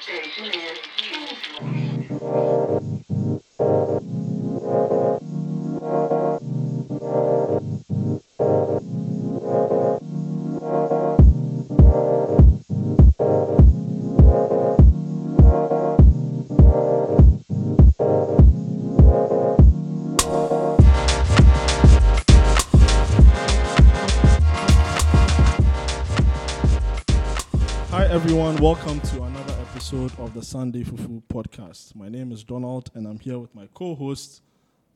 station is Kingswood. Hi, everyone. Welcome to another episode of the Sunday Fufu podcast. My name is Donald, and I'm here with my co host,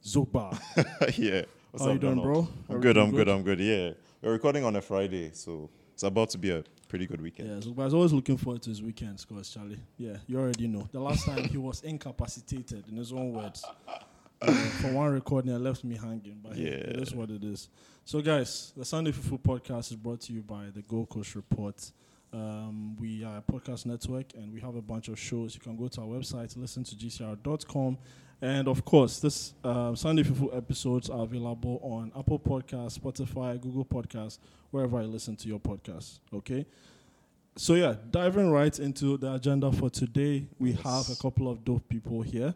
Zoba. yeah. What's How you doing, Donald? bro? I'm good. Everything I'm good. good? I'm good. Yeah. We're recording on a Friday, so it's about to be a pretty good weekend. yeah, Zoba is always looking forward to his weekends, because Charlie, yeah, you already know. The last time he was incapacitated, in his own words, uh, for one recording, it left me hanging. But yeah, it Yeah. is what it is. So, guys, the Sunday Fufu podcast is brought to you by the Gold Coast Report. Um, we are a podcast network and we have a bunch of shows. You can go to our website, listen to gcr.com. And of course, this uh, Sunday Fufu episodes are available on Apple Podcasts, Spotify, Google Podcasts, wherever you listen to your podcasts. Okay? So, yeah, diving right into the agenda for today, we have a couple of dope people here.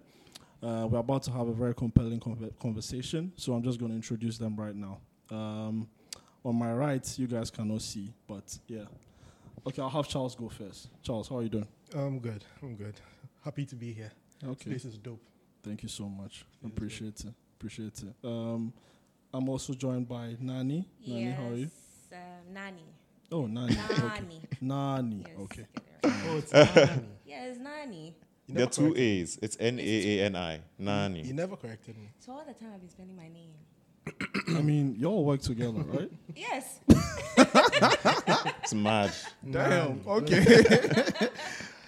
Uh, we're about to have a very compelling conver- conversation, so I'm just going to introduce them right now. Um, on my right, you guys cannot see, but yeah. Okay, I'll have Charles go first. Charles, how are you doing? I'm good. I'm good. Happy to be here. Okay. This is dope. Thank you so much. Appreciate it. Appreciate it. Um, I'm also joined by Nani. Nani, how are you? Yes, Um, nani. Oh, Nani. okay. Nani. Nani. Yes, Okay. get it right. Oh, it's Nani. Yes, Nani. You there are never, two corrected, A's. It's N A A N I. Nani. you never corrected me. So all the time I've been spending my name. I mean, y'all work together, right? Yes. It's mad. Damn. Okay.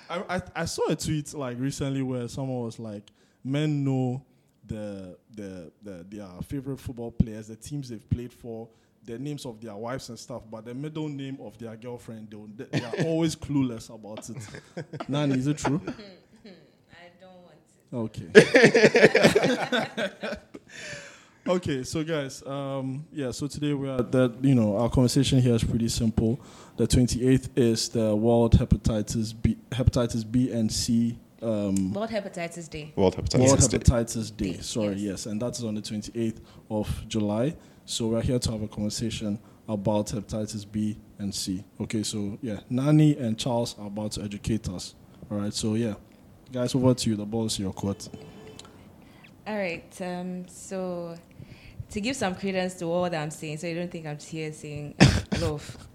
I, I I saw a tweet like recently where someone was like, men know the the, the their favorite football players, the teams they've played for, the names of their wives and stuff, but the middle name of their girlfriend, they, don't- they are always clueless about it. Nani, is it true? I don't want to. Okay. okay, so guys, um, yeah, so today we are that you know our conversation here is pretty simple. The twenty eighth is the World Hepatitis B, Hepatitis B and C. Um, World Hepatitis Day. World Hepatitis World Day. Hepatitis Day. Day, Sorry, yes, and that's on the twenty eighth of July. So we're here to have a conversation about hepatitis B and C. Okay, so yeah, Nani and Charles are about to educate us. All right, so yeah, guys, over to you. The ball is in your court. All right. Um, so to give some credence to all that I'm saying, so you don't think I'm just here saying love.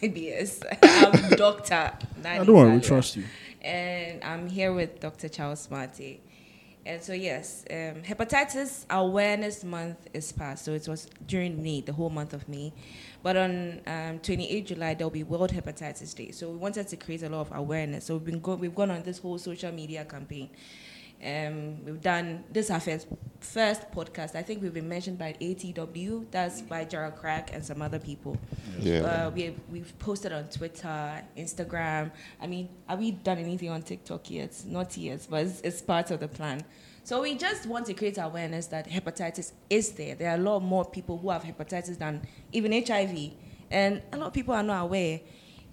BS. I'm Dr. Nani. I don't worry, we Salia. trust you. and I'm here with Dr. Charles Marty. And so, yes, um, Hepatitis Awareness Month is past, so it was during May, the whole month of May. But on um, 28 July, there'll be World Hepatitis Day. So we wanted to create a lot of awareness. So we've been go- we've gone on this whole social media campaign. Um, we've done this is our first, first podcast. I think we've been mentioned by ATW. That's by Gerald Crack and some other people. Yeah. Uh, we we've posted on Twitter, Instagram. I mean, have we done anything on TikTok yet? Not yet, but it's, it's part of the plan. So we just want to create awareness that hepatitis is there. There are a lot more people who have hepatitis than even HIV, and a lot of people are not aware.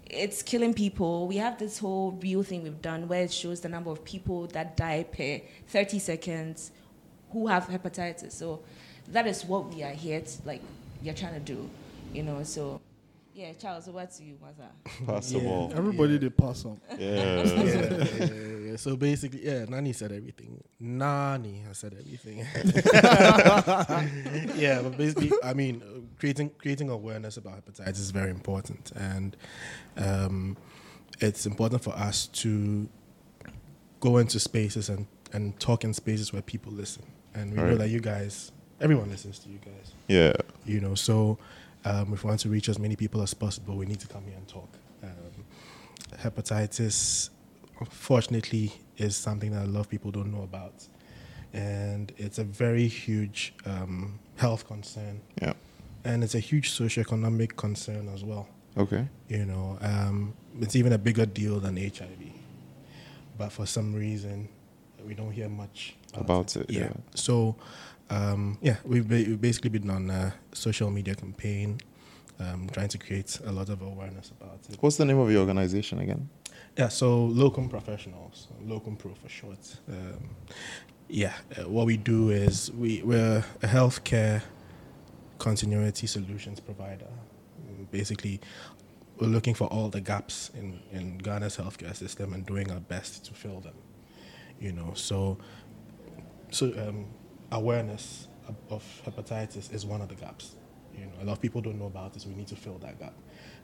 It's killing people. We have this whole real thing we've done where it shows the number of people that die per 30 seconds who have hepatitis. So that is what we are here to, like you're trying to do, you know. So yeah, Charles, over to you, Maza. Pass the ball. Everybody they pass on. Oh, Yeah. yeah, yeah, yeah, yeah. So basically, yeah, Nani said everything. Nani has said everything. yeah, but basically, I mean, uh, creating creating awareness about hepatitis is very important, and um, it's important for us to go into spaces and and talk in spaces where people listen, and we know Right. that you guys, everyone listens to you guys, Yeah. you know. So, um, if we want to reach as many people as possible, we need to come here and talk. Um, hepatitis, unfortunately, is something that a lot of people don't know about, and it's a very huge um, health concern, Yeah. and it's a huge socioeconomic concern as well. Okay. You know, um, it's even a bigger deal than HIV, but for some reason, we don't hear much About it. yeah. Yeah. So, um, yeah, we've, ba- we've basically been on a social media campaign um, trying to create a lot of awareness about it. What's the name of your organization again? Yeah, so locum professionals, locum pro for short. Um, yeah, uh, what we do is we, we're a healthcare continuity solutions provider. Mm, Basically, we're looking for all the gaps in, in Ghana's healthcare system and doing our best to fill them. You know, so so um, awareness of- of hepatitis is one of the gaps. You know, a lot of people don't know about it, so we need to fill that gap,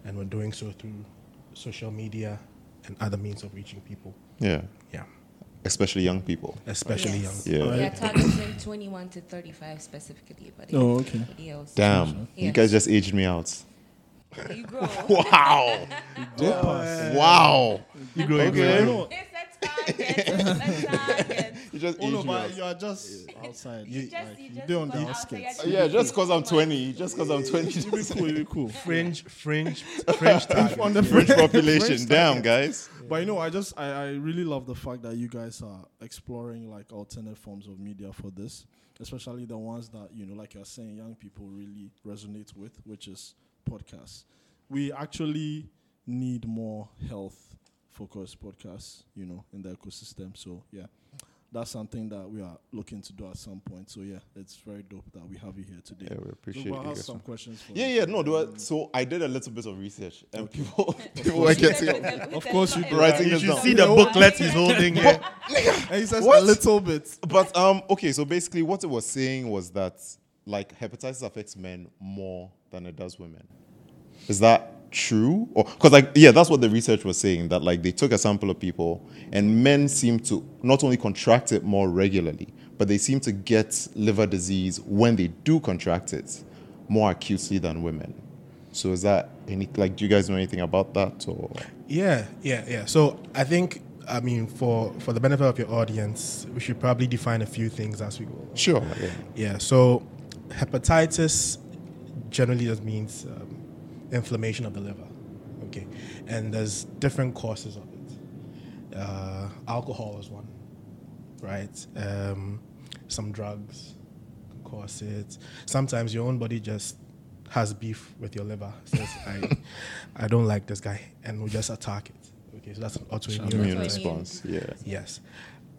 and we're doing so through social media and other means of reaching people. Yeah, Yeah, especially young people. especially Yes. young. people. Yeah. We are targeting 21 to 35 specifically, but Oh, okay. else. Damn, you Yeah. guys just aged me out. You grow. Wow, Did pass. wow. You grow Okay. No, It's a target. It's a target. You just Oh no, aged me but out. you are just outside. You You, just- like, you you just do on the go outskirts. outside. Yeah, just because I'm 20. Just because I'm 20. Just You'll be cool. You'll be cool. Fringe, fringe, fringe target. On the French French population. Damn, guys. But you know, I just I, I really love the fact that you guys are exploring like alternate forms of media for this, especially the ones that you know, like you're saying, young people really resonate with, which is podcasts. We actually need more health focused podcasts, you know, in the ecosystem. So yeah, that's something that we are looking to do at some point. So yeah, it's very dope that we have you here today. Yeah, we appreciate Zuba you has guys. some questions for Yeah, you. yeah, no. Do I, so I did a little bit of research, and people people We were said getting with a- with Of a course you lot- do. writing You this should down. see the booklet he's holding here. And he says What? a little bit. But um, okay. So basically, what it was saying was that like hepatitis affects men more than it does women. Is that true? Or because like yeah, that's what the research was saying. That like they took a sample of people, and men seem to not only contract it more regularly, but they seem to get liver disease when they do contract it more acutely than women. So is that any like? Do you guys know anything about that or? Yeah, yeah, yeah. So I think I mean for for the benefit of your audience, we should probably define a few things as we go. along. Sure. Yeah. Yeah. So hepatitis generally just means um, inflammation of the liver. Okay, and there's different causes of it. Uh, alcohol is one, right? Um, some drugs can cause it. Sometimes your own body just has beef with your liver. Says, I, I don't like this guy, and will just attack it. Okay, so that's an autoimmune Immune Autoimmune. response. response. Yeah. Yes.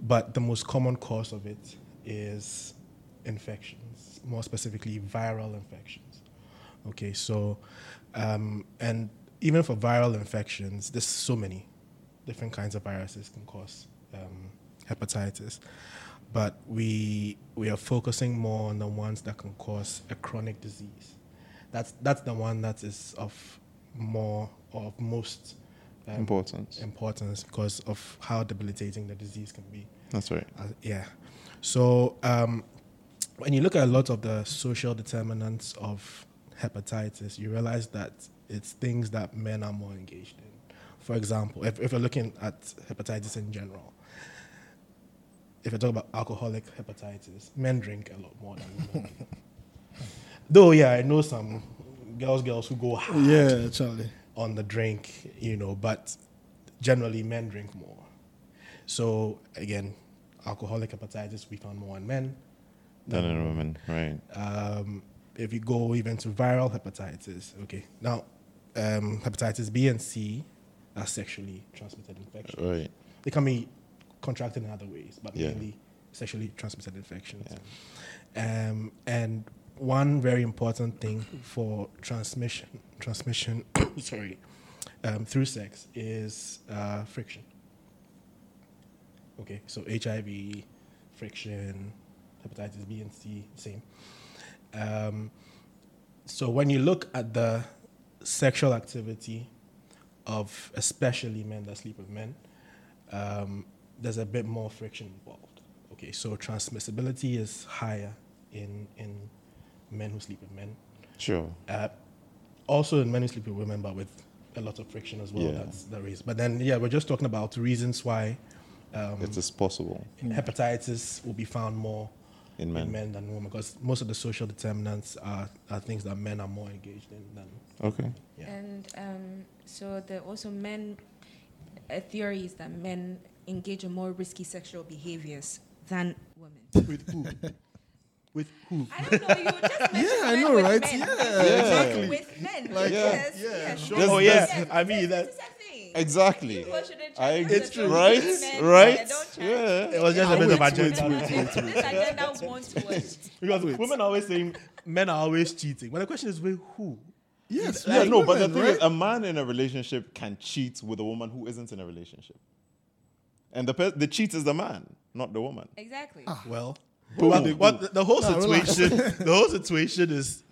But the most common cause of it is infections, more specifically viral infections. Okay, so, um, and even for viral infections, there's so many different kinds of viruses can cause um, hepatitis. But we, we are focusing more on the ones that can cause a chronic disease. That's, that's the one that is of more, or of most um, Important. importance because of how debilitating the disease can be. That's right. Uh, yeah. So um, when you look at a lot of the social determinants of hepatitis, you realize that it's things that men are more engaged in. For example, if, if you're looking at hepatitis in general, if you talk about alcoholic hepatitis, men drink a lot more than women. Though, yeah, I know some girls, girls who go hard Yeah, Charlie. on the drink, you know, but generally men drink more. So again, alcoholic hepatitis we found more in men. Than in women. Right. Um, if you go even to viral hepatitis, okay. Now, um, hepatitis B and C are sexually transmitted infections. Right. They can be contracted in other ways, but Yeah. mainly sexually transmitted infections. Um, and one very important thing for transmission, transmission, sorry, um, through sex is uh, friction. Okay, so HIV, friction, hepatitis B and C, same. Um, so when you look at the sexual activity of especially men that sleep with men, um, there's a bit more friction involved. Okay, so transmissibility is higher in in men who sleep with men. Sure. Uh, also in men who sleep with women, but with a lot of friction as well. Yeah. That's the reason. But then, yeah, we're just talking about reasons why um, It is possible hepatitis will be found more in men. in men than women because most of the social determinants are, are things that men are more engaged in than Okay. Yeah. And um, so the also men a theory is that men engage in more risky sexual behaviors than women. with who? With who? I don't know. You just mentioned Yeah, I men know, with right? Men. Yeah. Exactly. With men. Like, yes, yeah, yes, sure. yes, Oh, yes, yeah. yes. I mean, It's that- the same thing. Exactly. People shouldn't try I, to it's understand true. men, Right? men, Right? don't try. Yeah. It was just a bit wait, of a wait, joke. This agenda won't work. Because women are always saying men are always cheating. When the question is, with who? Yes. Yeah, we are no, but the women, thing right? is, a man in a relationship can cheat with a woman who isn't in a relationship. And the, pe- the cheat is the man, not the woman. Exactly. Ah. Well, Boom. what, the- what the- the whole Nah, relax. situation, the whole situation is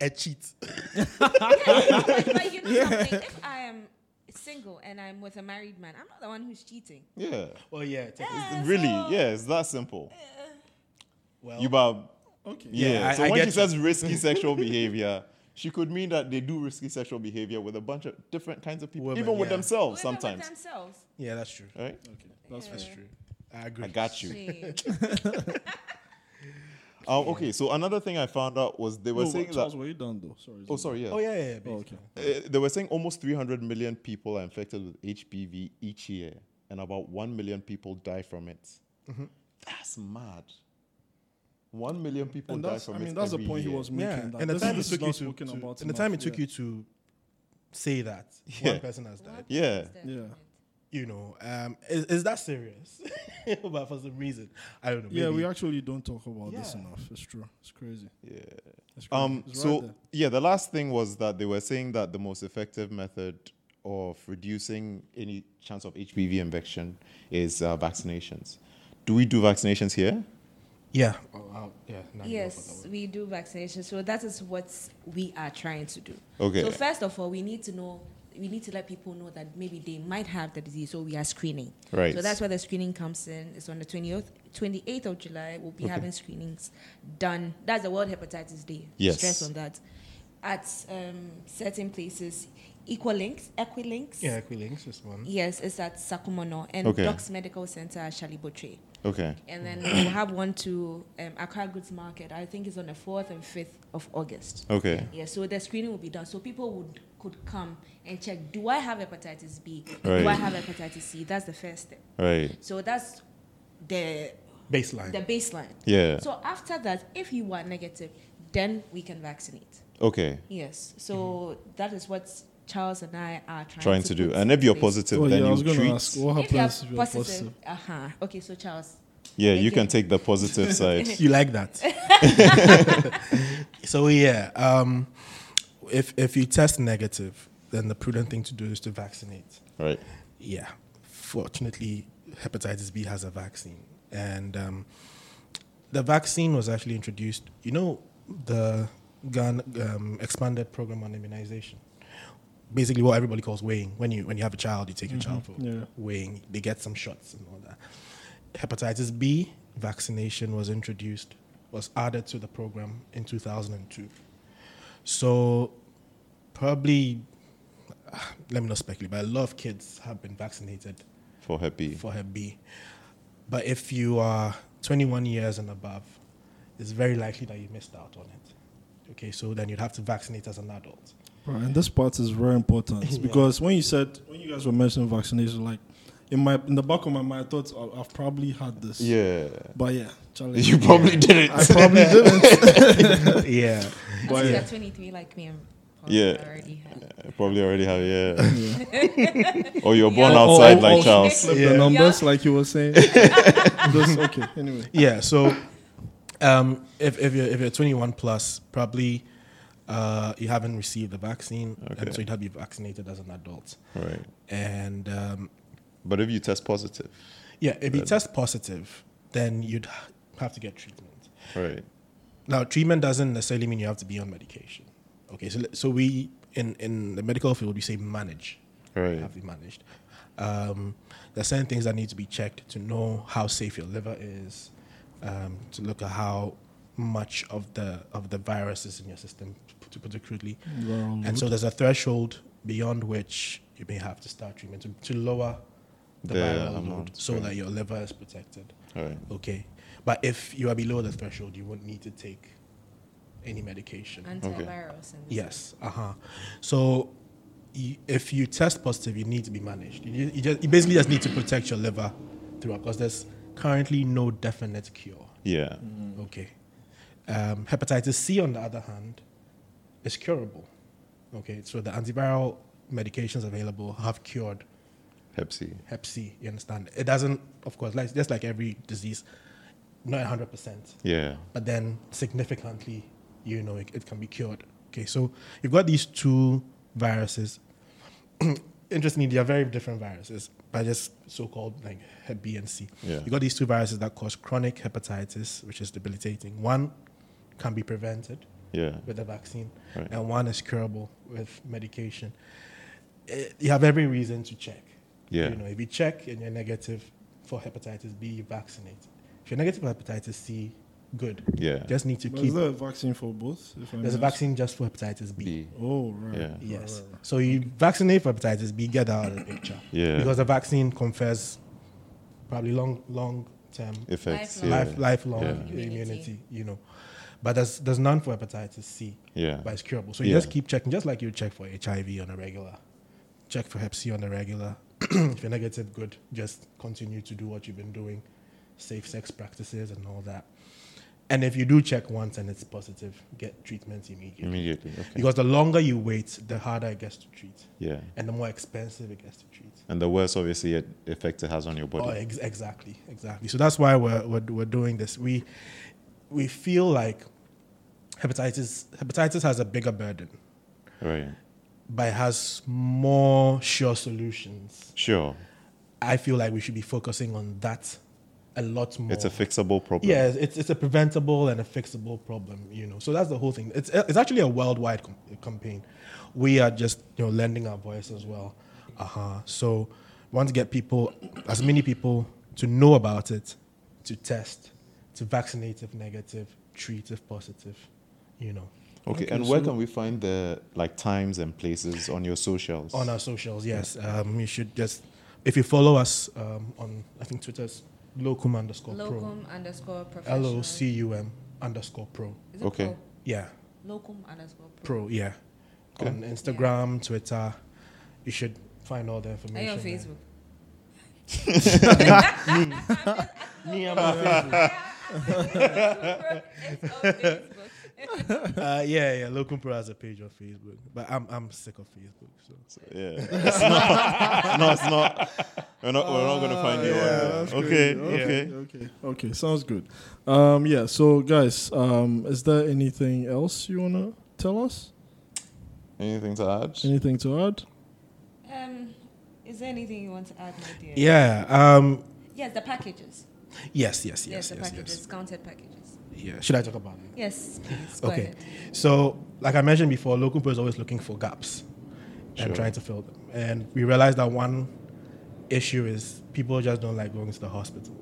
a cheat. but, but you know something? If I am single and I'm with a married man, I'm not the one who's cheating. Yeah. Well, yeah, Yeah, Really? so- Yeah, it's that simple. Well, You Yubab. Okay. Yeah. Yeah, I- so I when get she you. says risky sexual behavior, she could mean that they do risky sexual behavior with a bunch of different kinds of people, Women, even with yeah. themselves Women with sometimes. themselves. Yeah, that's true. Right? Okay. That's That's Yeah. true. I agree. I got you. See. Uh, okay, so another thing I found out was they were No, saying but Charles, that. were you done though? Sorry. Oh, sorry. Yeah. Oh yeah, yeah, yeah. Oh, basically. okay. Uh, they were saying almost 300 million people are infected with HPV each year, and about 1 million people die from it. Mm-hmm. That's mad. 1 million people And die that's, from I it. mean, that's the every point he year. was making. Yeah, That and the this time it is took you not to, spoken to- about and the time it enough, took you to say that Yeah. one person has died, Yeah. Yeah. Yeah. you know, um, is, is that serious? but for some reason, I don't know. Yeah, maybe- we actually don't talk about this Yeah. enough. It's true. It's crazy. Yeah. It's crazy. Um, It's right so, there. yeah, the last thing was that they were saying that the most effective method of reducing any chance of HPV infection is uh, vaccinations. Do we do vaccinations here? yeah, oh, I'll- yeah. now you go for that Yes, one. we do vaccination. So that is what we are trying to do. Okay. So first of all, we need to know. We need to let people know that maybe they might have the disease, so we are screening. Right. So that's where the screening comes in. It's on the 28th, 28th of July. We'll be having screenings done. That's the World Hepatitis Day. Yes. Stress on that. At um, certain places, Equilinks, Equilinks. Yeah, Equilinks is one. Yes, it's at Sakumono and Okay. Docs Medical Center at Shalibotre. Okay. And then we'll have one to um, Accra Goods Market. I think it's on the 4th and 5th of August. Okay. Yeah, so the screening will be done. So people would could come and check, do I have hepatitis B? Right. Do I have hepatitis C? That's the first step. Right. So that's the Baseline. the baseline. Yeah. So after that, if you are negative, then we can vaccinate. Okay. Yes. So that is what Charles and I are trying, Mm-hmm. Trying to do. put And if you're in place. positive, Oh, then yeah, I was you going treat. to ask what if you are happens if positive, you're positive. uh huh. Okay, so Charles. Yeah, you Okay. can take the positive side. You like that? so yeah, um, if if you test negative, then the prudent thing to do is to vaccinate. Right. Yeah, fortunately, hepatitis B has a vaccine, and um, the vaccine was actually introduced. You know, the gun um, expanded program on immunization. Basically, what everybody calls weighing. When you when you have a child, you take your child for yeah. weighing. They get some shots and all that. Hepatitis B vaccination was introduced, was added to the program in 2002. So, probably, ah, let me not speculate, but a lot of kids have been vaccinated For happy. for Hep B. But if you are 21 years and above, it's very likely that you missed out on it. Okay, so then you'd have to vaccinate as an adult. Right, and this part is very important because when you said when you guys were mentioning vaccination, like in my in the back of my mind, I thought I- I've probably had this. Yeah. but yeah, Charlie, You probably did I it. probably didn't. yeah. But But you're yeah, 23 like me. I'm Yeah. Already had. Probably already have, yeah. or you're Yeah. born Or- or- outside or- like or- Charles. flip Yeah. the numbers like you were saying. This- okay. Anyway, Yeah, so um, if, if, you're, if you're 21 plus, probably uh, you haven't received the vaccine, Okay. and so you'd have to be vaccinated as an adult. Right. And um, But if you test positive, yeah, if you test positive, then you'd ha- have to get treatment. right. Now, treatment doesn't necessarily mean you have to be on medication. Okay, so so we in in the medical field we say manage, Right. have you managed? Um, there are certain things that need to be checked to know how safe your liver is, um, to look at how much of the of the virus is in your system, to put- to put it crudely. Mm-hmm. Well, And so there's a threshold beyond which you may have to start treatment to, to lower the, The viral load amount, so right. that your liver is protected. Right. Okay. But if you are below the threshold, you won't need to take any medication. Antivirals. And yes. Uh huh. So you, if you test positive, you need to be managed. You, you, just, you basically just need to protect your liver Mm. throughout because there's currently no definite cure. Yeah. Okay. Um, hepatitis C, on the other hand, is curable. Okay, so the antiviral medications available have cured Hep C. Hep C. You understand? It doesn't, of course, like just like every disease, not hundred percent Yeah. but then significantly, you know, it, it can be cured. Okay, so you've got these two viruses. Interestingly, they are very different viruses, but just so-called like Hep B and C. Yeah. You got these two viruses that cause chronic hepatitis, which is debilitating. One can be prevented Yeah. with a vaccine, Right. and one is curable with medication. Eh, you have every reason to check. Yeah. You know, if you check and you're negative for hepatitis B, you vaccinate. If you're negative for hepatitis C, good. Yeah. Just need to But keep. is there a vaccine for both? If I There's a may ask? vaccine just for hepatitis B. B. Oh, right. Yeah. Yes. So you vaccinate for hepatitis B, get that out of the picture. Yeah. Because the vaccine confers probably long, long term Effects. Lifelong. Yeah. life, lifelong Yeah. immunity. Immunity. you know. But there's there's none for hepatitis C. Yeah. But it's curable. So you Yeah. just keep checking, just like you check for HIV on a regular, check for Hep C on a regular. if you're negative, good. Just continue to do what you've been doing, safe sex practices and all that. And if you do check once and it's positive, get treatment immediately. Immediately. Okay. Because the longer you wait, the harder it gets to treat, yeah. and the more expensive it gets to treat. And the worse, obviously, it effect it has on your Oh, body. ex- exactly, exactly. So that's why we're, we're we're doing this. We we feel like hepatitis hepatitis has a bigger burden, Right. but it has more sure solutions. Sure. I feel like we should be focusing on that a lot more. It's a fixable problem. yeah, it's it's a preventable and a fixable problem, you know. So that's the whole thing. It's it's actually a worldwide com- uh, campaign. We are just you know lending our voice as well. Uh huh. So we want to get people, as many people, to know about it, to test, to vaccinate if negative, treat if positive, you know. Okay. Okay, and where so- can we find the like times and places on your socials? On our socials, yes. Um, you should just if you follow us um, on I think Twitter's locum underscore pro. Locum underscore professional. L O C U M underscore pro. Is it Okay. pro? Yeah. Locum underscore pro. Pro, yeah. On Instagram, Twitter, you should find all the Are information. you on there. Facebook? Me, I'm on Facebook. It's on Facebook. Uh, yeah, yeah. Locum Pro has a page on Facebook, but I'm I'm sick of Facebook. So Yeah. It's not, no, it's not. We're not. We're not going to find you on there. Uh, that's Okay. crazy. Okay. okay. Okay. Okay. Sounds good. Um, yeah. So, guys, um, is there anything else you wanna tell us? Anything to add? Anything to add? Um, is there anything you want to add, my dear? yeah, um, Yes, the packages. yes, yes, Yes, yes, the yes, packages, yes, counted packages. yeah. Should I talk about it? Yes, please. Go Okay. ahead. So, like I mentioned before, local Pro is always looking for gaps Sure. and trying to fill them. And we realized that one issue is people just don't like going to the hospital.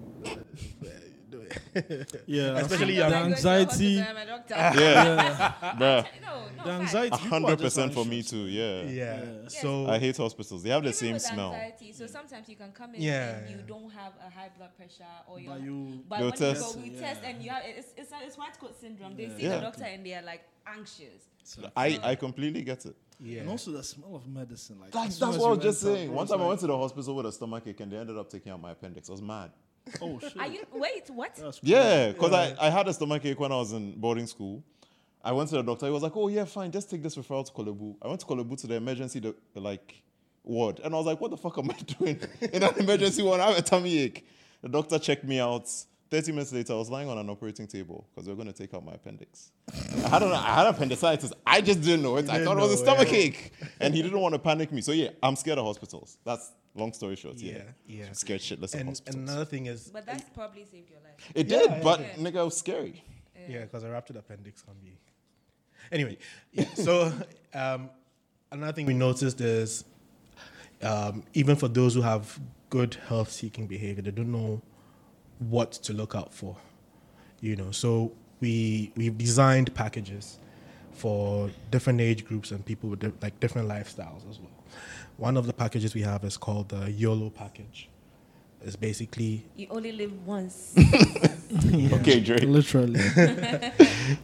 Yeah. Especially I'm the not going to anxiety. the hospital, I'm a doctor. Yeah, Yeah. bruh. No, no, The fact. anxiety. A people are hundred just percent for me anxious. too. Yeah. Yeah. Yes. So I hate hospitals. They have the Even same with smell. Anxiety, so sometimes you can come in Yeah, and you yeah. don't have a high blood pressure or you're, But you- but They'll when you test. go, we Yeah. test and you have it's it's, it's white coat syndrome. They see Yeah. the doctor and they are like anxious. I, I completely get it. And also the smell of medicine. Like That's, as soon that's as what I you was just enter, saying. bro, One it's time I like, went to the hospital with a stomachache and they ended up taking out my appendix. I was mad. Oh shit. Are you wait what? That's crazy. Yeah, because I, I had a stomachache when I was in boarding school. I went to the doctor. He was like, oh, yeah, fine. Just take this referral to Kolebu. I went to Kolebu to the emergency do- like ward. And I was like, what the fuck am I doing in an emergency ward? I have a tummy ache. The doctor checked me out. 30 minutes later, I was lying on an operating table because they were going to take out my appendix. I don't know. I had appendicitis. I just didn't know it. I didn't thought it was a know, yeah. stomach ache. And he didn't want to panic me. So, yeah, I'm scared of hospitals. That's long story short. Yeah. Yeah, yeah. I'm scared shitless of and hospitals. another thing is But that's probably saved your life. It did, but nigga, it was scary. Yeah, because a ruptured appendix can be. Anyway, yeah, so um, another thing we noticed is um, even for those who have good health seeking behavior, they don't know what to look out for. You know, so we we've designed packages for different age groups and people with di- like different lifestyles as well. One of the packages we have is called the YOLO package. It's basically You only live once. Okay, Drake. Literally.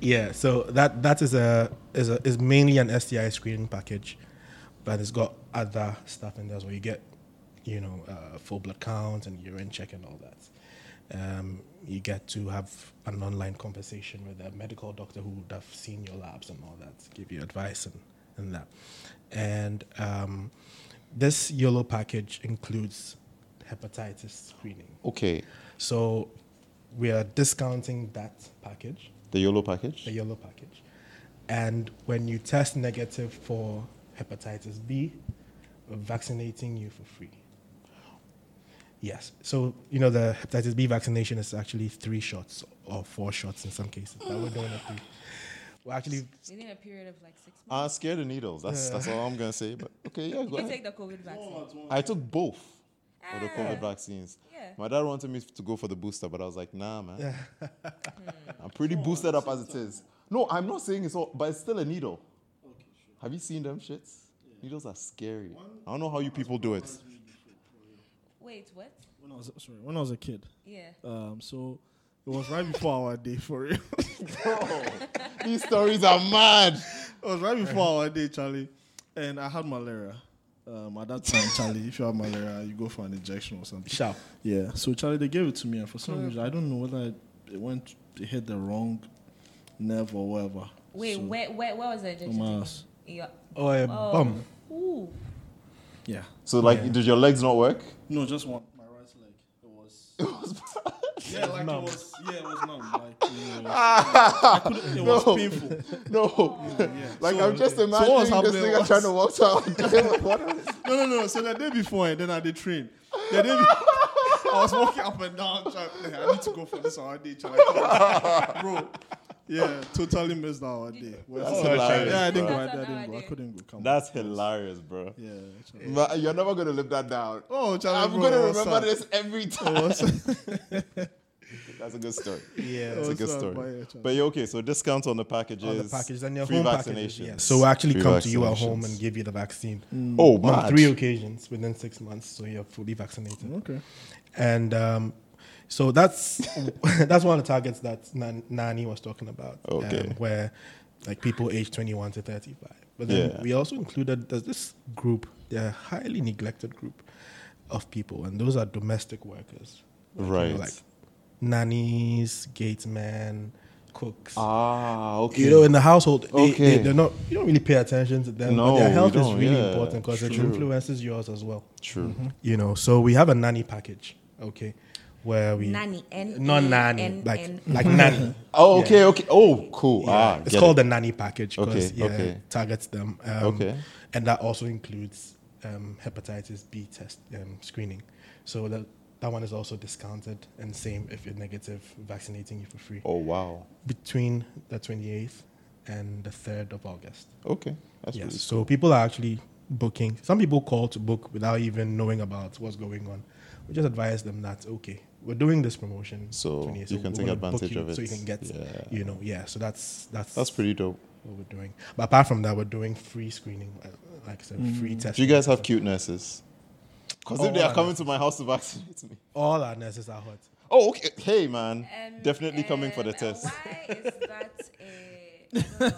Yeah, so that that is a is a, is mainly an STI screening package, but it's got other stuff in there as well. You get, you know, uh, full blood count and urine check and all that. Um, you get to have an online conversation with a medical doctor who would have seen your labs and all that, to give you advice and, and that. And um, this YOLO package includes hepatitis screening. Okay, So we are discounting that package, the YOLO package. the yellow package. And when you test negative for hepatitis B, we're vaccinating you for free. Yes. So, you know, the hepatitis B vaccination is actually three shots or four shots in some cases. That we're doing a three. We're actually, Within a period of like six months. Ah, scared of needles. That's that's all I'm gonna say. But okay, yeah, Ah, go you ahead. take the COVID vaccine. I took both of the Ah. COVID vaccines. Yeah. My dad wanted me to go for the booster, but I was like, nah, man. Hmm. I'm pretty boosted up as it is. No, I'm not saying it's all, but it's still a needle. Have you seen them shits? Needles are scary. I don't know how you people do it. Wait, what? When I was sorry, when I was a kid, Yeah. um, so it was right before our day for real. These stories are mad. It was right before our day, Charlie, and I had malaria. Um, at that time, Charlie, if you have malaria, you go for an injection or something. sharp. Yeah. So Charlie, they gave it to me, and for some reason, I don't know whether it went, it hit the wrong nerve or whatever. Wait, So, where, where, where was the on injection? my taken? ass. Yeah. Or a Oh. bum. Ooh. Yeah. So, like, Yeah. did your legs not work? No, just one. My right leg. It was. It was. yeah, like it was. Yeah, it was numb. Like you know, it was, I couldn't- it was No. painful. No. like, So- I'm just so what imagining was this happening nigga was- trying to walk out. What- No, no, no. So the day before, and then I did train. The day be- I was walking up and down. Trying, "Hey, I need to go for this our day, child." bro. Yeah, totally missed out our day. That's hilarious, yeah, I didn't go. bro. I, I didn't go. I That's couldn't go. Come That's hilarious, bro. on. Yeah. child. But you're never gonna live that down. Oh, child, I'm bro, gonna what's remember up? this every Oh, time. What's up? That's a good story. Yeah. That's a What's good up, story. my child? But yeah, okay, so discounts on the packages, on the package and your free home vaccinations. packages. yes. So we actually Free come to you at home vaccinations. and give you the vaccine oh, on mad. three occasions within six months, so you're fully vaccinated. Okay. And um, so that's that's one of the targets that Nan- Nani was talking about, um, Okay. where like people aged 21 to 35. But then Yeah. we also included there's this group, they're a highly neglected group of people, and those are domestic workers, Like, you know, Right. like nannies, gatemen, cooks. Ah, okay. You know, in the household, they, Okay. they, they're not. You don't really pay attention to them. but No, their you health is don't, really yeah, important because it true. influences yours as well. True. You know, so we have a nanny package, okay, where we Nanny, N not A nanny, N like N. like nanny. Oh, okay, okay. Oh, cool. Yeah, Ah, it's get called it. the nanny package because Okay, yeah, okay. it targets them. Um, Okay. and that also includes um, hepatitis B test um, screening. So that that one is also discounted, and same if you're negative, vaccinating you for free Oh, wow. between the 28th and the 3rd of August. Okay, that's Yes. really so people are actually booking. Some people call to book without even knowing about what's going on. We just advise them that okay, we're doing this promotion, So 28th, you so can we're take gonna book advantage you of So you it. can get, Yeah. you know, yeah. So that's that's That's pretty dope. what we're doing. But apart from that, we're doing free screening, like, like I said, free Do testing. you guys have cute nurses? Because if Oh, they are I coming to my house to vaccinate me. all our nurses are hot. Oh, okay. Hey, man. Um, Definitely coming for the um, test. Why is that a.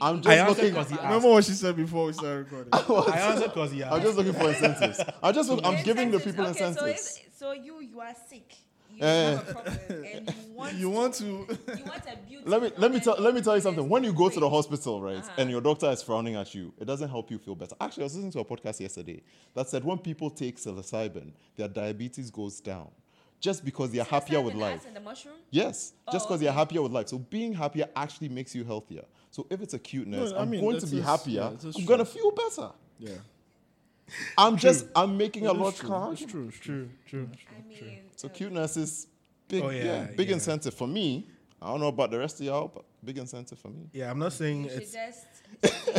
I I'm just don't know, why should you be looking- talking about- because he asked. Remember what she said before we started recording? I answered because yeah, I'm just looking for incentives. I'm just look, I'm giving the Incentives, people okay, so if- incentives. So, you, you are sick. You Eh. have a problem and you want, You want to? you want a beauty. Let me let me tell let me tell you something. When you go to the hospital, hospital. right, Uh-huh. and your doctor is frowning at you, it doesn't help you feel better. Actually, I was listening to a podcast yesterday that said when people take psilocybin, their diabetes goes down, just because they're happier with life. And the mushroom? Yes, just Oh, because you're okay. happier with life. So being happier actually makes you healthier. So if it's a cuteness, No, I I'm mean, going that to be is- happier. yeah, that is I'm true. gonna feel better. Yeah. I'm just I'm making a It is logical true. It's argument. true. It's true. true. I mean, So um, cuteness is big, Oh, yeah, yeah, big yeah. incentive for me. I don't know about the rest of y'all, but big incentive for me. Yeah, I'm not saying You should it's. just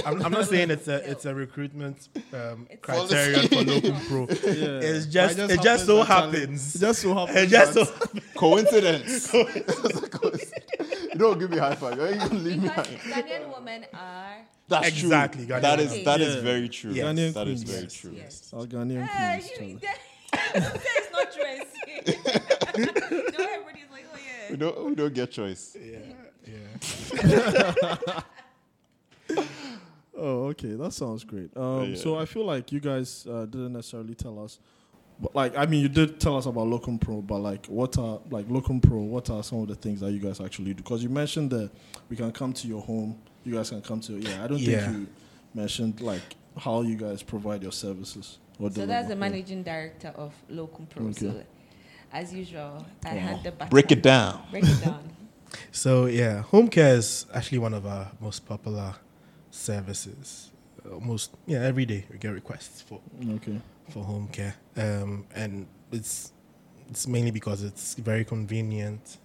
I'm, I'm not saying it's a it's a recruitment um, It's- criterion for local pro. It's just, But it just so happens that happens. It just so happens. It just so that- Coincidence. you don't give me high five. You're not even leave me. Because High. Ghanaian women are. That's Exactly, true. Ghanaian That is queens. that is Yeah. very true. Yeah. That Ghanaian is queens. very Yes, true. Yes. Our Ghanaian Uh, queens, you, Charlie. that, it's not dress. no, everybody's like, oh We yeah. don't we don't get choice. Oh, okay. That sounds great. Um, yeah. Oh, Um, So I feel like you guys uh, didn't necessarily tell us But like, I mean, you did tell us about Locum Pro, but like, what are like Locum Pro? What are some of the things that you guys actually do? Because you mentioned that we can come to your home. You guys can come to yeah. I don't Yeah. think you mentioned like how you guys provide your services. Or So deliver. that's the Yeah. managing director of Locum Pro. Okay. So, as usual, I had the baton. Break it down. Break it down. So yeah, home care is actually one of our most popular services. Almost yeah, every day we get requests for Okay. for home care, um, and it's it's mainly because it's very convenient.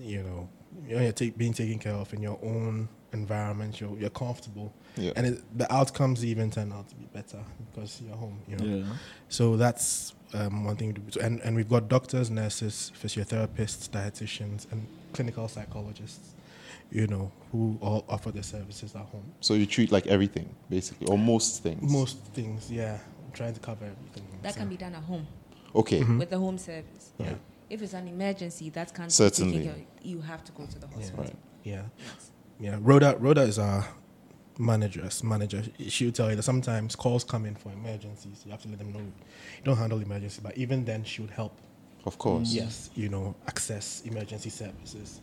You know, you're you're take, being taken care of in your own environment. You're you're comfortable, Yeah. and it, the outcomes even turn out to be better because you're home. You know, Yeah. so that's um, one thing. To, and, and we've got doctors, nurses, physiotherapists, dietitians, and clinical psychologists, you know, who all offer their services at home. So you treat like everything, basically, or most things. Most things, yeah. I'm trying to cover everything. That can be done at home Okay. with the home service. Hmm? Yeah. If it's an emergency, that can't Certainly. Be taken care of. You have to go to the hospital. Right. Yeah. Yeah. Rhoda, Rhoda is our manager's manager. She'll tell you that sometimes calls come in for emergencies. You have to let them know you don't handle emergency, but even then, she would help Of course. yes, you know, access emergency services,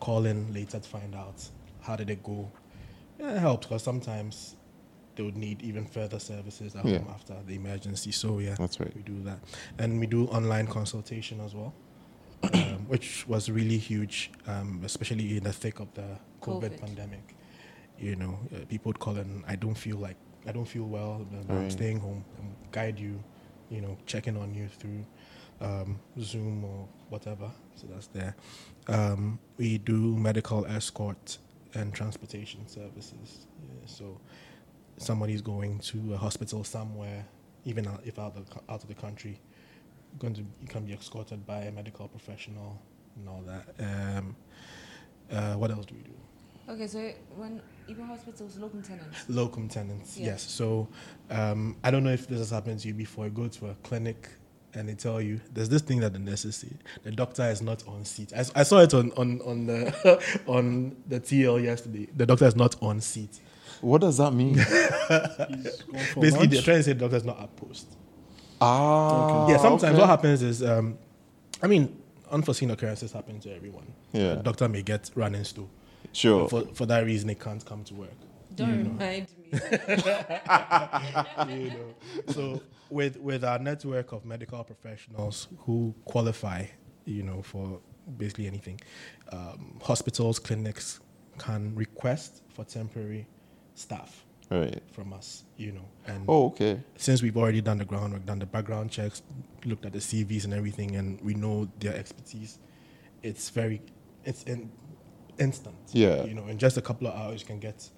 call in later to find out how did it go. Yeah, it helps because sometimes they would need even further services at Yeah. home after the emergency. So yeah, That's right. We do that, and we do online consultation as well, um, which was really huge, um, especially in the thick of the COVID, COVID. pandemic. You know, uh, people would call and I don't feel like I don't feel well. I'm Right. staying home. And guide you, you know, checking on you through um, Zoom or whatever. So that's there. Um, we do medical escort and transportation services. Yeah, so somebody's going to a hospital somewhere, even out- if out of, the co- out of the country, going to you can be escorted by a medical professional and all that. Um, uh, what else do we do? Okay, so when even hospitals, locum tenants. Locum tenants, Yeah. yes. So um, I don't know if this has happened to you before. You go to a clinic and they tell you there's this thing that the nurses see. The doctor is not on seat. I, s- I saw it on on on the on the TL yesterday. The doctor is not on seat. What does that mean? He's gone for Basically, lunch. they're trying to say the doctor is not at post. ah. yeah. Sometimes okay. what happens is, um, I mean, unforeseen occurrences happen to everyone. Yeah. Oh. The doctor may get run into. Sure. For for that reason, he can't come to work. Don't Hmm. remind me. you know. So with with our network of medical professionals who qualify, you know, for basically anything, um, hospitals, clinics can request for temporary staff Right. from us, you know, and Oh, okay. since we've already done the groundwork, done the background checks, looked at the CVs and everything, and we know their expertise, it's very, it's in, instant. Yeah. You know, in just a couple of hours, you can get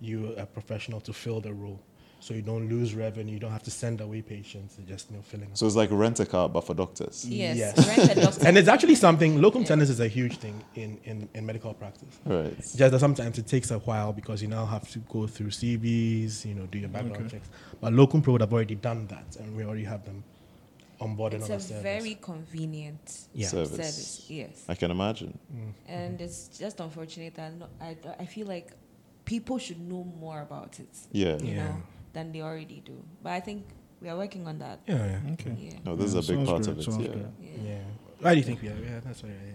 you a professional to fill the role, so you don't lose revenue. You don't have to send away patients. They're just you know filling. up. So it's like rent a car, but for doctors. Yes, Yes. rent a doctor. and it's actually something. Locum tenens is a huge thing in in, in medical practice. Right. Just that sometimes it takes a while because you now have to go through CVs, you know, do your background checks. But Locum Pro would have already done that, and we already have them onboarded It's on a our service. very convenient yeah. Service. service. Yes. I can imagine. and it's just unfortunate that no, I, I feel like people should know more about it Yeah. you Yeah. know than they already do but i think we are working on that yeah, yeah, Okay. yeah No, this Yeah, is a big part sounds of great, it. sounds Yeah. great. yeah, yeah. Why do you think we are? Yeah, that's why. Yeah,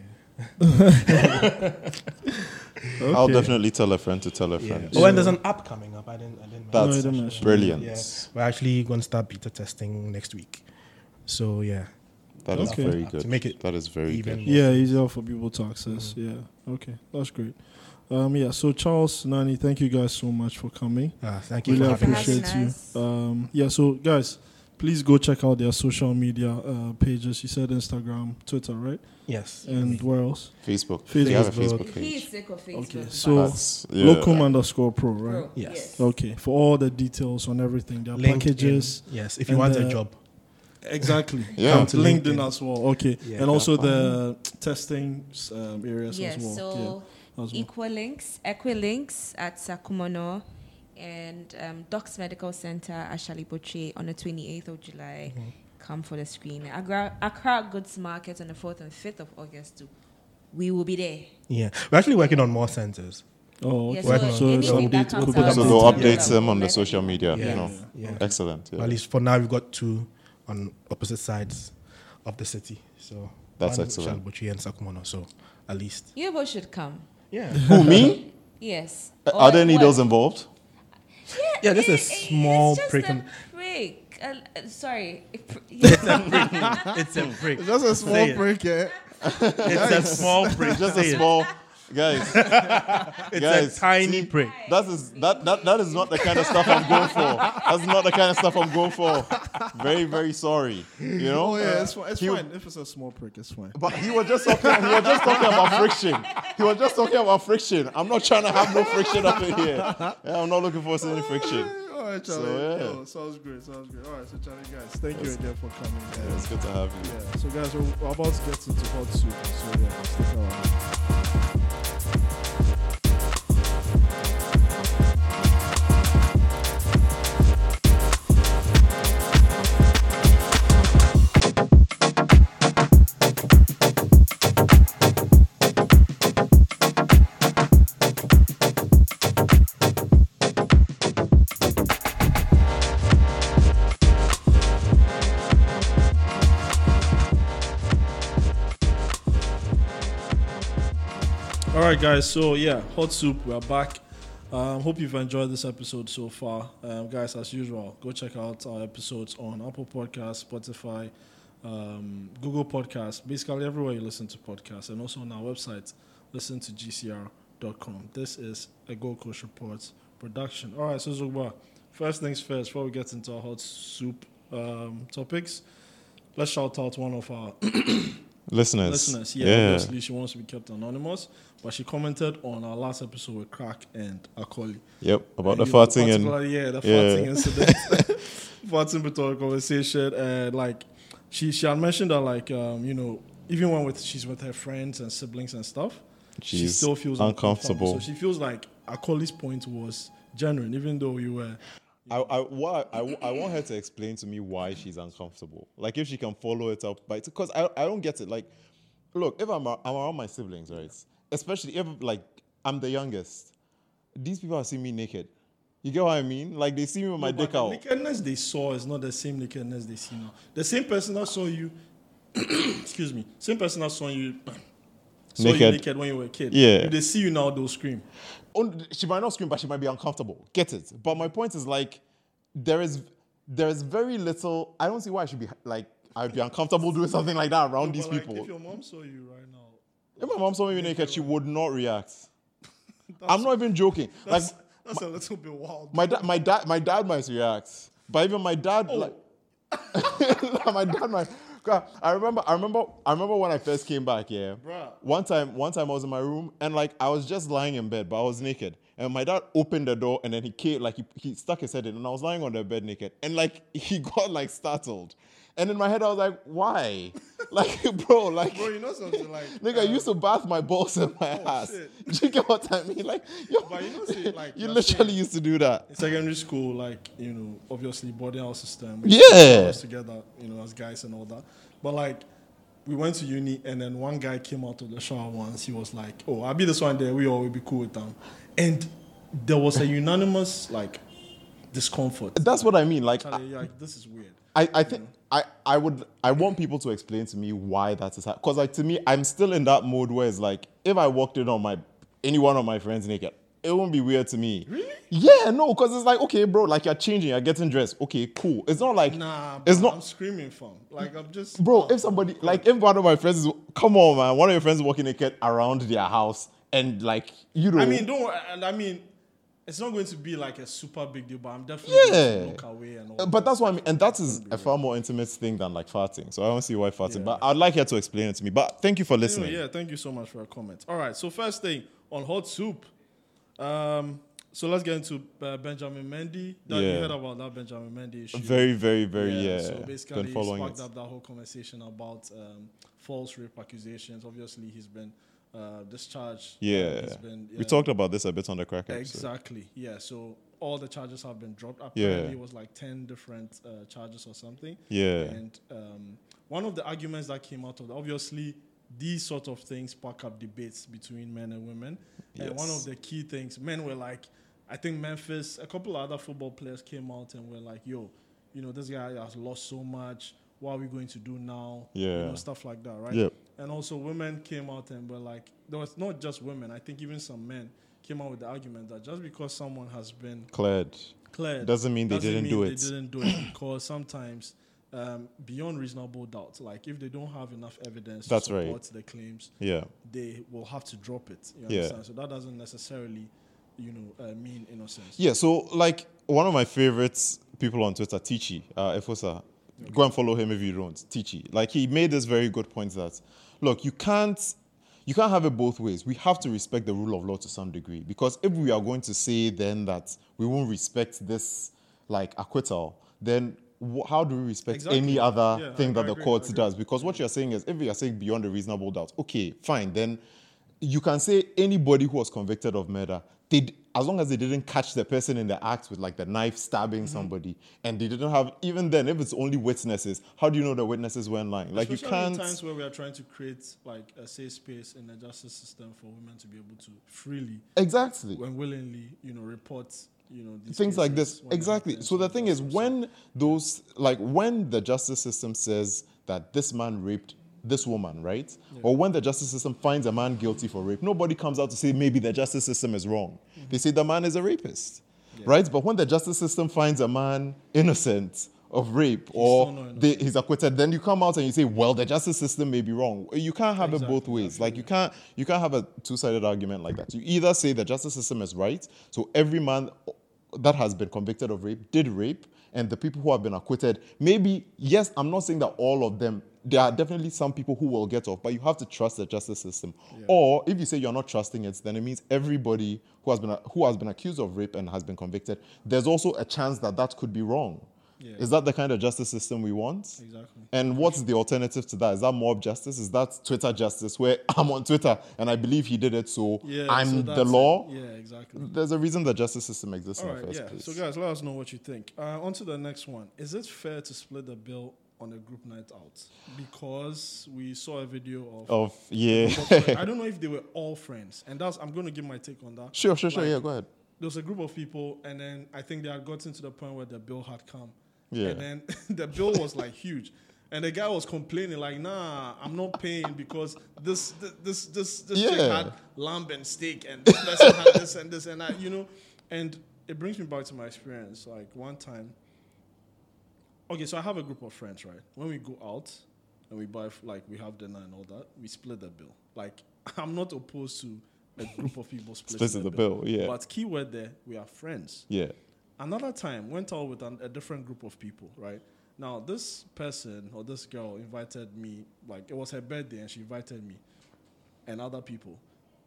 I'll Okay. definitely tell a friend to tell a yeah. friend. Oh, and there's an app coming up. I didn't. I didn't. That's mention No, I didn't it. mention it. Brilliant. Yeah. We're actually going to start beta testing next week. So yeah, That is Okay. very To good. make it that is very even good. more- Yeah, Mm-hmm. easier for people to access. Yeah. Okay. That's great. Um, yeah. So Charles, Nani, thank you guys so much for coming. Ah, thank you really for having us. appreciate having you. us. Um, yeah, so guys, please go check out their social media uh, pages. You said Instagram, Twitter, right? Yes. And where else? Facebook. Facebook. They have a Facebook. Facebook he is page. sick of facebook Okay, but- so- That's- yeah. Locum underscore pro, right? Bro, Yes. Okay, for all the details on everything, their LinkedIn. packages. Yes. If you and want the- a job. Exactly. Yeah. Come to LinkedIn. LinkedIn. as well. Okay. Yeah, and also that's the testing um, areas yes as well. so e-, yeah, as well. Equilinks, Equilinks at Sakumono, and um, Docs Medical Center at Shaliboche on the 28th of July. Mm-hmm. Come for the screen. Accra, Accra Goods Market on the 4th and 5th of August too. We will be there. Yeah. We're actually working on more centers. Oh, Yeah, okay. so so anything some that date comes could out be of So Yeah. updated. they'll Yeah. update Yeah. them on the social media. Yeah. You know. Yeah. Excellent. At Yeah. least for now, we've got two on opposite sides of the city. So That's one excellent. Shalbuchi and Sakumono. So at least You both should come. yeah, Who me? Yes. Uh, Are there Or any what? girls involved? Yeah, just a it- it- small it's just prick A on- prick. Uh, uh, sorry. A pr- It's a break. It's just a small it. break, yeah. It's a small break. Just Say a it. small guys. It's guys, a tiny see, break. That is that, that that is not the kind of stuff I'm going for. That's not the kind of stuff I'm going for. Very very sorry. You know. Oh yeah, it's, fi- it's he- fine. If it's a small prick, it's fine. But he was just talking. He was just talking about friction. He was just talking about friction. I'm not trying to have no friction up in here. Yeah, I'm not looking for any friction. All right, Charlie. So, yeah. Yo, sounds great. Sounds great. All right, so Charlie, guys, thank you again for coming. Yeah, it's good to have you. Yeah. So, guys, we're, we're about to get into part two. So, yeah, stick around. All right, guys. So yeah, hot soup. We're back. Um, hope you've enjoyed this episode so far, um, guys. As usual, go check out our episodes on Apple Podcasts, Spotify, um, Google Podcasts, basically everywhere you listen to podcasts, and also on our website, listen to gcr.com. This is a Gold Coast Report production. All right, so Zogba, first things first. Before we get into our hot soup um, topics, let's shout out one of our Listeners. listeners. Yeah, obviously she wants to be kept anonymous, but she commented on our last episode with Crack and Akoli Yep. About the you farting and particularly- yeah, the yeah. farting incident, farting between conversation, and like she she had mentioned that like um you know even when with she's with her friends and siblings and stuff, she She's still feels uncomfortable. So she feels like Akoli's point was genuine, even though you were. I, I, why, I, I want her to explain to me why she's uncomfortable. Like if she can follow it up, but because I, I don't get it. Like, look, if I'm, ar- I'm around my siblings, right? Especially if like I'm the youngest, these people have seen me naked. You get what I mean? Like they see me with my But dick the out. nakedness they saw is not the same nakedness they see now. The same person that saw you, excuse me, same person that saw you. Saw you Naked. naked when you were a kid. Yeah. If they see you now, they'll scream. Oh, she might not scream, but she might be uncomfortable. Get it? But my point is like, there is there is very little. I don't see why I should be like I'd be uncomfortable doing something like that around these But, like, people. If your mom saw you right now, If my mom saw me naked, she would not react. I'm not even joking. Like that's a little bit wild. my dad, my dad, my dad might react, but even my dad, Oh. like, my dad might. God, I remember, I remember, I remember when I first came back. Yeah, Bruh. one time, one time I was in my room and like I was just lying in bed, but I was naked. And my dad opened the door and then he came, like he, he stuck his head in, and I was lying on the bed naked. And like he got like startled, and in my head I was like, why? like bro, like Bro, you know something like um, oh, Nigga, I used to bath my balls in my ass. shit. You get what I mean? Like, yo, But you know, say, like, you you're literally saying- used to do that. in secondary school, like you know, obviously boarding house system. we Yeah. us together, you know, as guys and all that. But like, we went to uni, and then one guy came out of the shower once. He was like, "Oh, I'll be this one there. We all will be cool with them." And there was a unanimous like discomfort. That's what I mean. Like, I, Charlie, you're like this is weird. I, I think I, I would, I want people to explain to me why that is happening. Because, like, to me, I'm still in that mode where it's like, if I walked in on my, any one of my friends naked, it wouldn't be weird to me. Really? Yeah, no, because it's like, okay, bro, like you're changing, you're getting dressed. Okay, cool. It's not like, Nah, it's bro, not. I'm screaming from. Like I'm just Bro, if somebody like if one of my friends is come on man, one of your friends walking naked around their house and like you know I mean, don't. wor- And I mean, it's not going to be like a super big deal, but I'm definitely going Yeah. to look away and all. Uh, that But that's what I stuff. mean, and that is a far more intimate thing than like farting. So I don't see why farting. Yeah. But I'd like her to explain it to me. But thank you for listening. Anyway, yeah, thank you so much for your comments. All right, so first thing on hot soup. Um, so let's get into uh, Benjamin Mendy. That you Yeah. heard about that Benjamin Mendy issue. Very, very, very. Yeah. So basically, been he following sparked it. up that whole conversation about um, false rape accusations. Obviously, he's been uh, discharged. Yeah. He's been, We yeah. talked about this a bit on the crack episode. Exactly. Yeah. So all the charges have been dropped. Apparently, it was like ten different uh, charges or something. Yeah. And um, one of the arguments that came out of the, obviously these sort of things spark up debates between men and women. And one Yes. of the key things, men were like, I think Memphis, a couple of other football players came out and were like, "Yo, you know, this guy has lost so much. What are we going to do now? You Yeah. know, stuff like that, right? Yep. And also, women came out and were like, there was not just women. I think even some men came out with the argument that just because someone has been Cleared. cleared Doesn't mean they didn't do They it. didn't do it because sometimes. Um, beyond reasonable doubt, like if they don't have enough evidence That's to right. support the claims, Yeah. they will have to drop it. You Yeah. understand? So that doesn't necessarily, you know, uh, mean innocence. Yeah, so like one of my favorites people on Twitter, Tichi, uh, Efosa, go and follow him if you don't. Tichi, like he made this very good point that, look, you can't, you can't have it both ways. We have to respect the rule of law to some degree because if we are going to say then that we won't respect this like acquittal, then wh- how do we respect Exactly. any other Yeah, thing I- that I the agree, I court agree. does? Because what you're saying is, if you're saying beyond a reasonable doubt, okay, fine, then you can say anybody who was convicted of murder, they, d- as long as they didn't catch the person in the act with like the knife stabbing Mm-hmm. somebody, and they didn't have, even then, if it's only witnesses, how do you know the witnesses weren't lying? Like Especially you in can't. times where we are trying to create like a safe space in the justice system for women to be able to freely Exactly. and willingly, you know, report, you know, these things like cases this when they exactly happen. so the thing is when those like when the justice system says that this man raped this woman right or when the justice system finds a man guilty for rape nobody comes out to say maybe the justice system is wrong Mm-hmm. they say the man is a rapist right but when the justice system finds a man innocent of rape still or not they, he's acquitted then you come out and you say well the justice system may be wrong you can't have it both Exactly. ways like you can't you can't have a two-sided argument like that you either say the justice system is right so every man that has been convicted of rape did rape and the people who have been acquitted maybe yes i'm not saying that all of them there are definitely some people who will get off but you have to trust the justice system or if you say you're not trusting it then it means everybody who has been who has been accused of rape and has been convicted there's also a chance that that could be wrong Yeah. is that the kind of justice system we want Exactly. and what's the alternative to that? Is that mob justice? Is that Twitter justice where I'm on Twitter and I believe he did it, so Yeah, I'm so that's the it. law? Yeah, exactly. There's a reason the justice system exists in All the right, first yeah. place. So, guys, let us know what you think. Uh, on to the next one. Is it fair to split the bill on a group night out? Because we saw a video of. of yeah. I don't know if they were all friends, and that's I'm going to give my take on that. sure, sure, sure. Like, yeah, go ahead. There was a group of people, and then I think they had gotten to the point where the bill had come. Yeah. And then the bill was like huge, and the guy was complaining like, "Nah, I'm not paying because this this this this chick Yeah. had lamb and steak, and this person had this and this and that, you know." And it brings me back to my experience. Like one time, okay, so I have a group of friends, right? When we go out and we buy, like, we have dinner and all that, we split the bill. Like, I'm not opposed to a group of people splitting Splitting the bill, yeah. But keyword there, we are friends. Yeah. Another time, went out with an, a different group of people, right? Now, this person or this girl invited me, like, it was her birthday and she invited me and other people.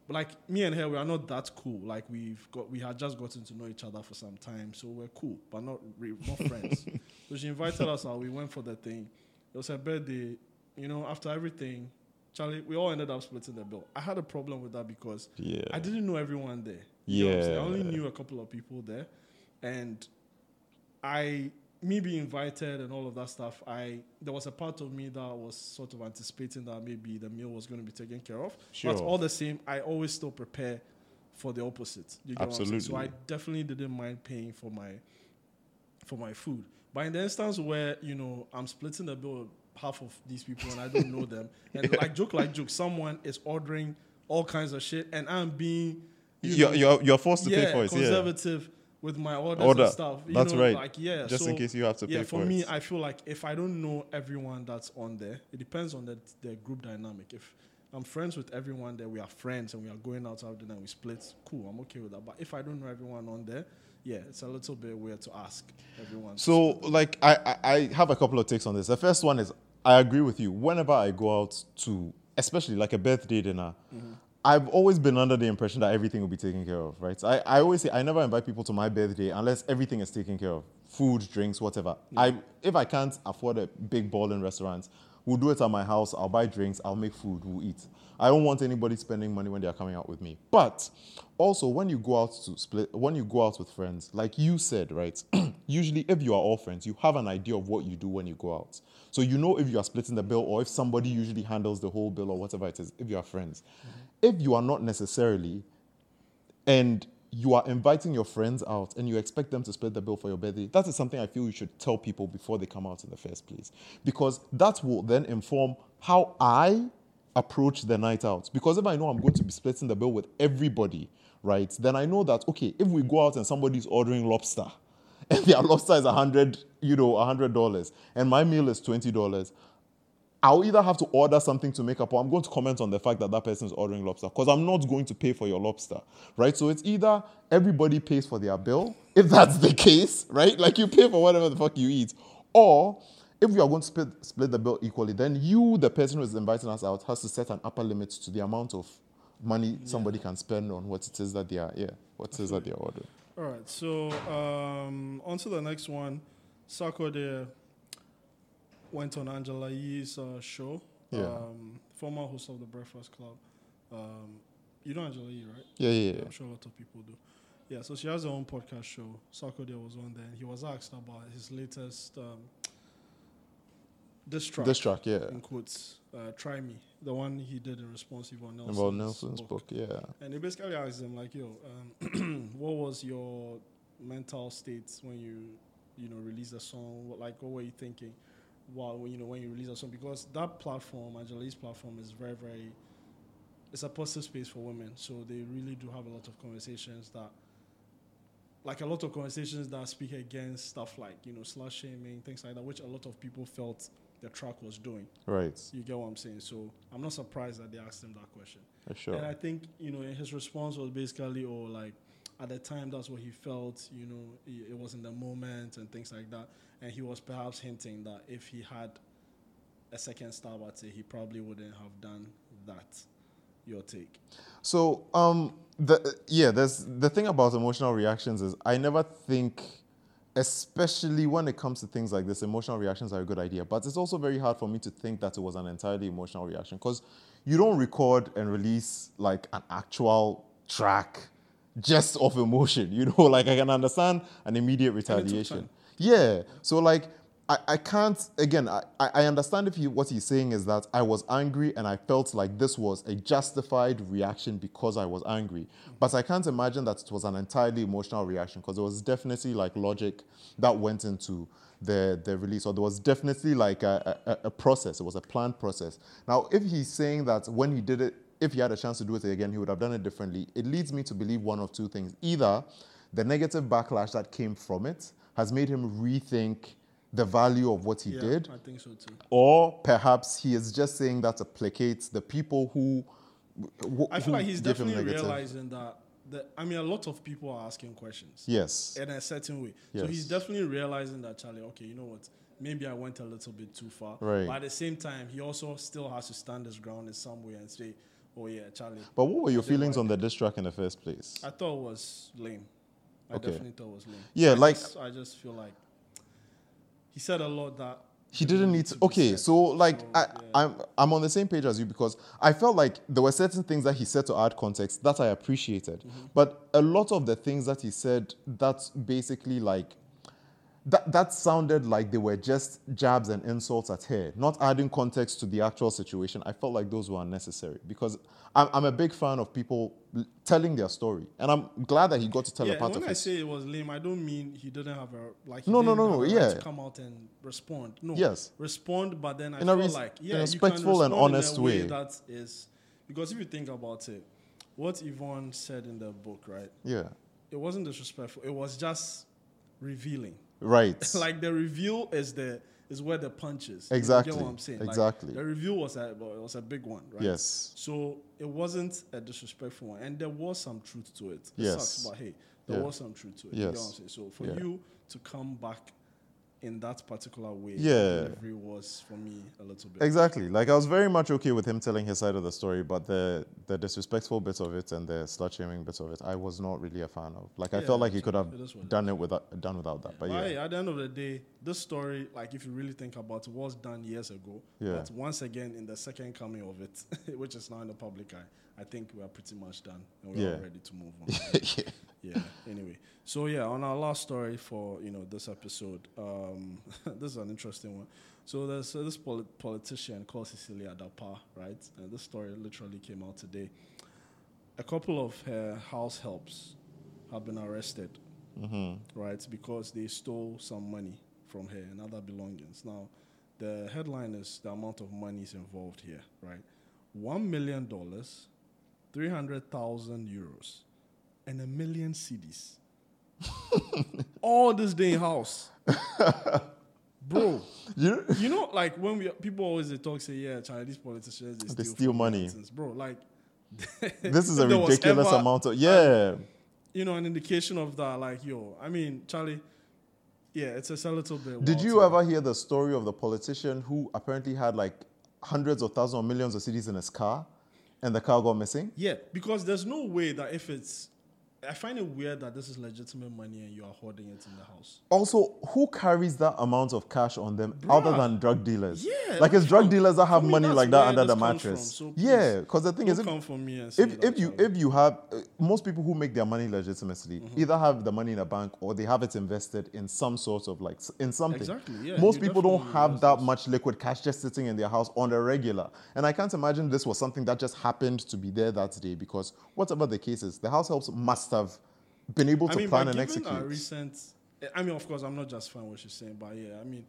But like me and her, we are not that cool. Like we've got, we had just gotten to know each other for some time, so we're cool, but not re- not friends. so she invited us out. We went for the thing. It was her birthday. You know, after everything, Charlie, we all ended up splitting the bill. I had a problem with that because Yeah. I didn't know everyone there. You know what I'm saying? I only Yeah. knew a couple of people there, and I me being invited and all of that stuff, I there was a part of me that was sort of anticipating that maybe the meal was going to be taken care of. Sure. But all the same, I always still prepare for the opposite. You get What I'm saying? So Absolutely. I definitely didn't mind paying for my for my food. But in the instance where you know I'm splitting the bill with half of these people and I don't know them, and like joke like joke, someone is ordering all kinds of shit and I'm being you You know, are you're, you're forced to yeah, pay for it. Yeah. conservative with my orders Order. and stuff. You That's know, right. Like yeah, Just in so, case you have to yeah, pay for for me, it. I feel like if I don't know everyone that's on there, it depends on the the group dynamic. If I'm friends with everyone there, we are friends and we are going out to have dinner, we split. Cool, I'm okay with that. But if I don't know everyone on there, yeah, it's a little bit weird to ask everyone. to So, split. like, I, I, I have a couple of takes on this. The first one is I agree with you. Whenever I go out to, especially like a birthday dinner, I've always been under the impression that everything will be taken care of, right? I, I always say I never invite people to my birthday unless everything is taken care of food, drinks, whatever. I, if I can't afford a big ball in restaurants, we'll do it at my house. I'll buy drinks, I'll make food, we'll eat. I don't want anybody spending money when they are coming out with me. But also, when you go out to split, when you go out with friends, like you said, right? usually, if you are all friends, you have an idea of what you do when you go out. So you know if you are splitting the bill or if somebody usually handles the whole bill or whatever it is, if you are friends. If you are not necessarily, and you are inviting your friends out and you expect them to split the bill for your birthday, that is something I feel you should tell people before they come out in the first place. Because that will then inform how I approach the night out. Because if I know I'm going to be splitting the bill with everybody, right, then I know that, okay, if we go out and somebody's ordering lobster, and their lobster is 100, you know, $100, and my meal is $20, I'll either have to order something to make up, or I'm going to comment on the fact that that person is ordering lobster because I'm not going to pay for your lobster, right? So it's either everybody pays for their bill, if that's the case, right? Like you pay for whatever the fuck you eat, or if we are going to split, split the bill equally, then you, the person who is inviting us out, has to set an upper limit to the amount of money somebody can spend on what it is that they are, yeah, what it is that they are ordering. All right, so um, on to the next one. Sako there went on Angela Yee's uh, show, Yeah. um, former host of the Breakfast Club. Um, you know Angela Yee, right? Yeah, yeah, yeah. I'm sure a lot of people do. Yeah, so she has her own podcast show. Sako there was on there, and he was asked about his latest um, diss track, This track, yeah. in quotes, uh, "Try Me," the one he did in response to Yvonne Nelson's, About Nelson's book, yeah. and he basically asked them like, "Yo, um, what was your mental state when you, you know, released the song? What, like, what were you thinking while you know when you released the song? Because that platform, Angela's platform, is very, very. It's a positive space for women, so they really do have a lot of conversations that, like a lot of conversations that speak against stuff like you know slut shaming, things like that, which a lot of people felt the track was doing. Right, You get what I'm saying? So I'm not surprised that they asked him that question. for sure. And I think you know his response was basically, "Oh, like at the time that's what he felt. You know, i- it was in the moment and things like that." And he was perhaps hinting that if he had a second stab at it, he probably wouldn't have done that. Your take? So, um, the yeah, there's the thing about emotional reactions is I never think, especially when it comes to things like this, emotional reactions are a good idea. But it's also very hard for me to think that it was an entirely emotional reaction because you don't record and release like an actual track just of emotion. You know, like I can understand an immediate retaliation. Yeah. So like I, I can't again I, I I understand if he, what he's saying is that I was angry and I felt like this was a justified reaction because I was angry. But I can't imagine that it was an entirely emotional reaction because there was definitely like logic that went into the, the release or there was definitely like a, a, a process. It was a planned process. Now if he's saying that when he did it, if he had a chance to do it again, he would have done it differently. It leads me to believe one of two things. Either the negative backlash that came from it has made him rethink the value of what he yeah, did, I think so too. or perhaps he is just saying that to placate the people who. who I who feel like he's give him definitely negative. realizing that. That I mean, a lot of people are asking questions. Yes. in a certain way. So he's Yes. definitely realizing that Charlie, okay, you know what? Maybe I went a little bit too far. Right. But at the same time, he also still has to stand his ground in some way and say, Oh yeah, Charlie. But what were your didn't feelings like on the diss track in the first place? I thought it was lame. I Okay. definitely thought it was lame. Yeah, I like- just, I just feel like he said a lot that he didn't didn't need need to. to be Okay, said. so like So, I, yeah. I'm I'm on the same page as you because I felt like there were certain things that he said to add context that I appreciated, Mm-hmm. but a lot of the things that he said that's basically like that that sounded like they were just jabs and insults at her, not adding context to the actual situation. I felt like those were unnecessary because I'm, I'm a big fan of people l- telling their story, and I'm glad that he got to tell yeah, a and part when of I it. say it was lame, I don't mean he didn't have a like. he No, no, didn't no, have no, a right yeah. to come out and respond. No, Yes. respond, but then I In a feel res- like in yeah, a you can respectful and respond in a honest way way. That is because if you think about it, what Yvonne said in the book, right? yeah, It wasn't disrespectful. It was just revealing. right. like the reveal is the is where the punch is. Exactly. You get what I'm saying? Like, Exactly. the reveal was a was a big one, right? Yes. So it wasn't a disrespectful one, and there was some truth to it. it Yes. sucks, but hey, there Yeah. was some truth to it. You get what Yes. I'm saying? So for Yeah. you to come back in that particular way, the Yeah. delivery was for me a little bit. Exactly. Like I was very much okay with him telling his side of the story, but the the disrespectful bit of it and the slut shaming bit of it, I was not really a fan of. Like I Yeah, felt like he could have it is what it done it without done without that. But But hey, yeah, at the end of the day, this story, like if you really think about it, was done years ago. Yeah. But once again, in the second coming of it, which is now in the public eye, I think we are pretty much done and we are Yeah. ready to move on. yeah. Anyway, so yeah, on our last story for you know this episode, um, this is an interesting one. So there's uh, this polit- politician called Cecilia Dapa, right? And this story literally came out today. A couple of her house helps have been arrested, Mm-hmm. right? Because they stole some money from her and other belongings. Now, the headline is the amount of money is involved here, right? One million dollars, three hundred thousand euros, and a million CDs. All this day in house, bro. You, You know, like when we people always they talk say, yeah, Chinese politicians they, They steal, steal from money." citizens." bro. Like this is a if there was ridiculous ever- amount of yeah. you know, an indication of that. Like, yo, I mean, Charlie, yeah, it's it's a little bit. Did wild you uh, to me. ever hear the story of the politician who apparently had like hundreds of thousands or millions of CDs in his car, and the car got missing? Yeah, because there's no way that if it's, I find it weird that this is legitimate money and you are hoarding it in the house. Also, who carries that amount of cash on them other than drug dealers? Yeah, like it's that's drug true. dealers that have me, money that's like that where under this the comes from, mattress. so please, yeah, because the thing is, Don't if- come for me and say if, that, if you Charlie. if you have uh, most people who make their money legitimately Mm-hmm. either have the money in a bank or they have it invested in some sort of like s- in something Exactly, yeah, most you people don't definitely have realize that this. much liquid cash just sitting in their house on a regular and i can't imagine this was something that just happened to be there that day because whatever the case is the house helps must have been able I to mean, plan but and given Our execute recent, I mean, of course, I'm not just justifying what she's saying, but yeah, I mean,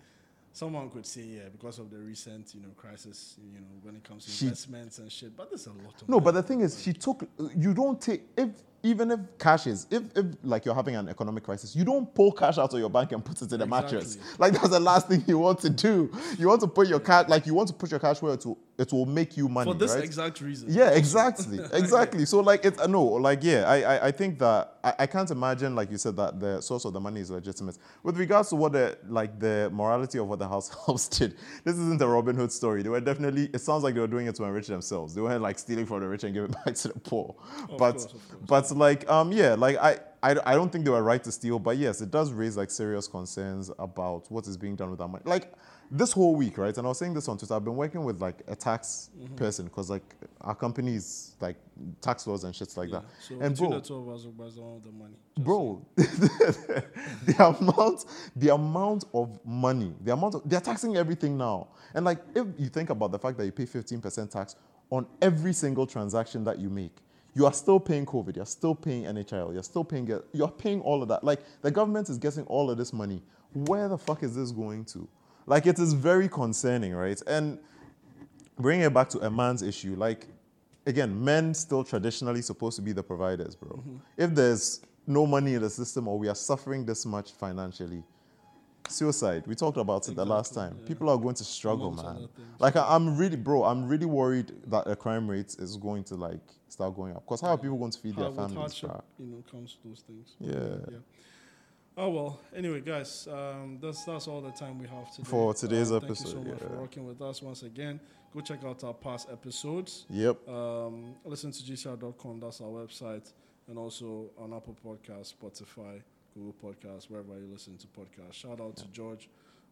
someone could say yeah because of the recent, you know, crisis, you know, when it comes to She- investments and shit. But there's a lot of No, but money. the thing is, she took. You don't take if even if cash is if if like you're having an economic crisis, you don't pull cash out of your bank and put it in a mattress. Exactly. Like that's the last thing you want to do. You want to put your cash like you want to put your cash where it will it will make you money. for this right? exact reason. Yeah, exactly, exactly. So like it's uh, no, like yeah, I I, I think that I, I can't imagine like you said that the source of the money is legitimate. With regards to what the like the morality of what the house helps did, this isn't a Robin Hood story. They were definitely. It sounds like they were doing it to enrich themselves. They weren't like stealing from the rich and giving back to the poor. but course, of but like um yeah, like I. I, I don't think they were right to steal, but yes, it does raise like serious concerns about what is being done with that money. Like this whole week, right? And I was saying this on Twitter. I've been working with like a tax Mm-hmm. person because like our company is like tax laws and shits like that. So and between bro, the two of us, Ogba's the one with the money. bro, the amount, the amount of money, the amount of they're taxing everything now. And like if you think about the fact that you pay 15% tax on every single transaction that you make. You are still paying COVID. You're still paying NHIL. You're still paying. it- You're paying all of that. Like the government is getting all of this money. Where the fuck is this going to? Like it is very concerning, right? And bringing it back to a man's issue, like again, men still traditionally supposed to be the providers, bro. If there's no money in the system or we are suffering this much financially, suicide. We talked about it the last time. People are going to struggle, Amongst man. other things. Like I, am really, bro. I'm really worried that the crime rate is going to like start going up. Cause how are people going to feed How- their with families, hardship, bro? you know, comes to those things. Yeah. Oh well. Anyway, guys, um, that's that's all the time we have today For today's Uh, Thank you so episode, much for yeah. working with us once again. Go check out our past episodes. Yep. Um, listen to gcr.com. That's our website, and also on Apple Podcasts, Spotify, Google Podcasts, wherever you listen to podcasts. Shout out to George,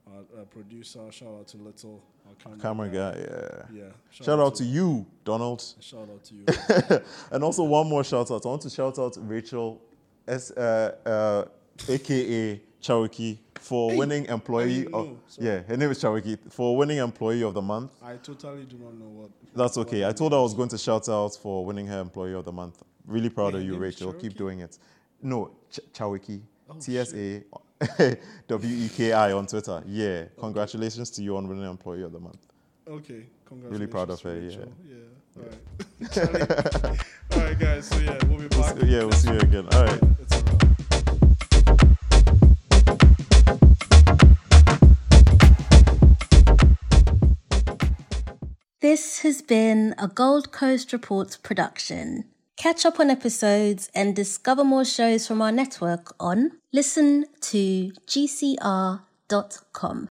our, uh producer. Shout out to Little, our camera, Camera guy. Yeah. Yeah. Shout out to you, Donald. Shout out to you. and also one more shout out. I want to shout out Rachel, S, uh, uh, aka Cherokee, for winning employee. didn't of, know. Sorry. yeah, her name is Cherokee for winning employee of the month. I totally do not know what. That's what okay. I told her I was going to shout out for winning her employee of the month. Really proud of Wait, her you, name is Rachel. Keep Cherokee? Oh, doing it. No, Ch- Chawiki. T S A W E K I on Twitter. Yeah. Congratulations to you on winning employee of the month. Okay, congratulations. Really proud of her, Rachel. Yeah. All right. All right, guys. So yeah, we'll be We'll back. see- yeah, we'll see you again. All right. It's a wrap. This has been a Gold Coast Reports production. Catch up on episodes and discover more shows from our network on listen to gcr.com.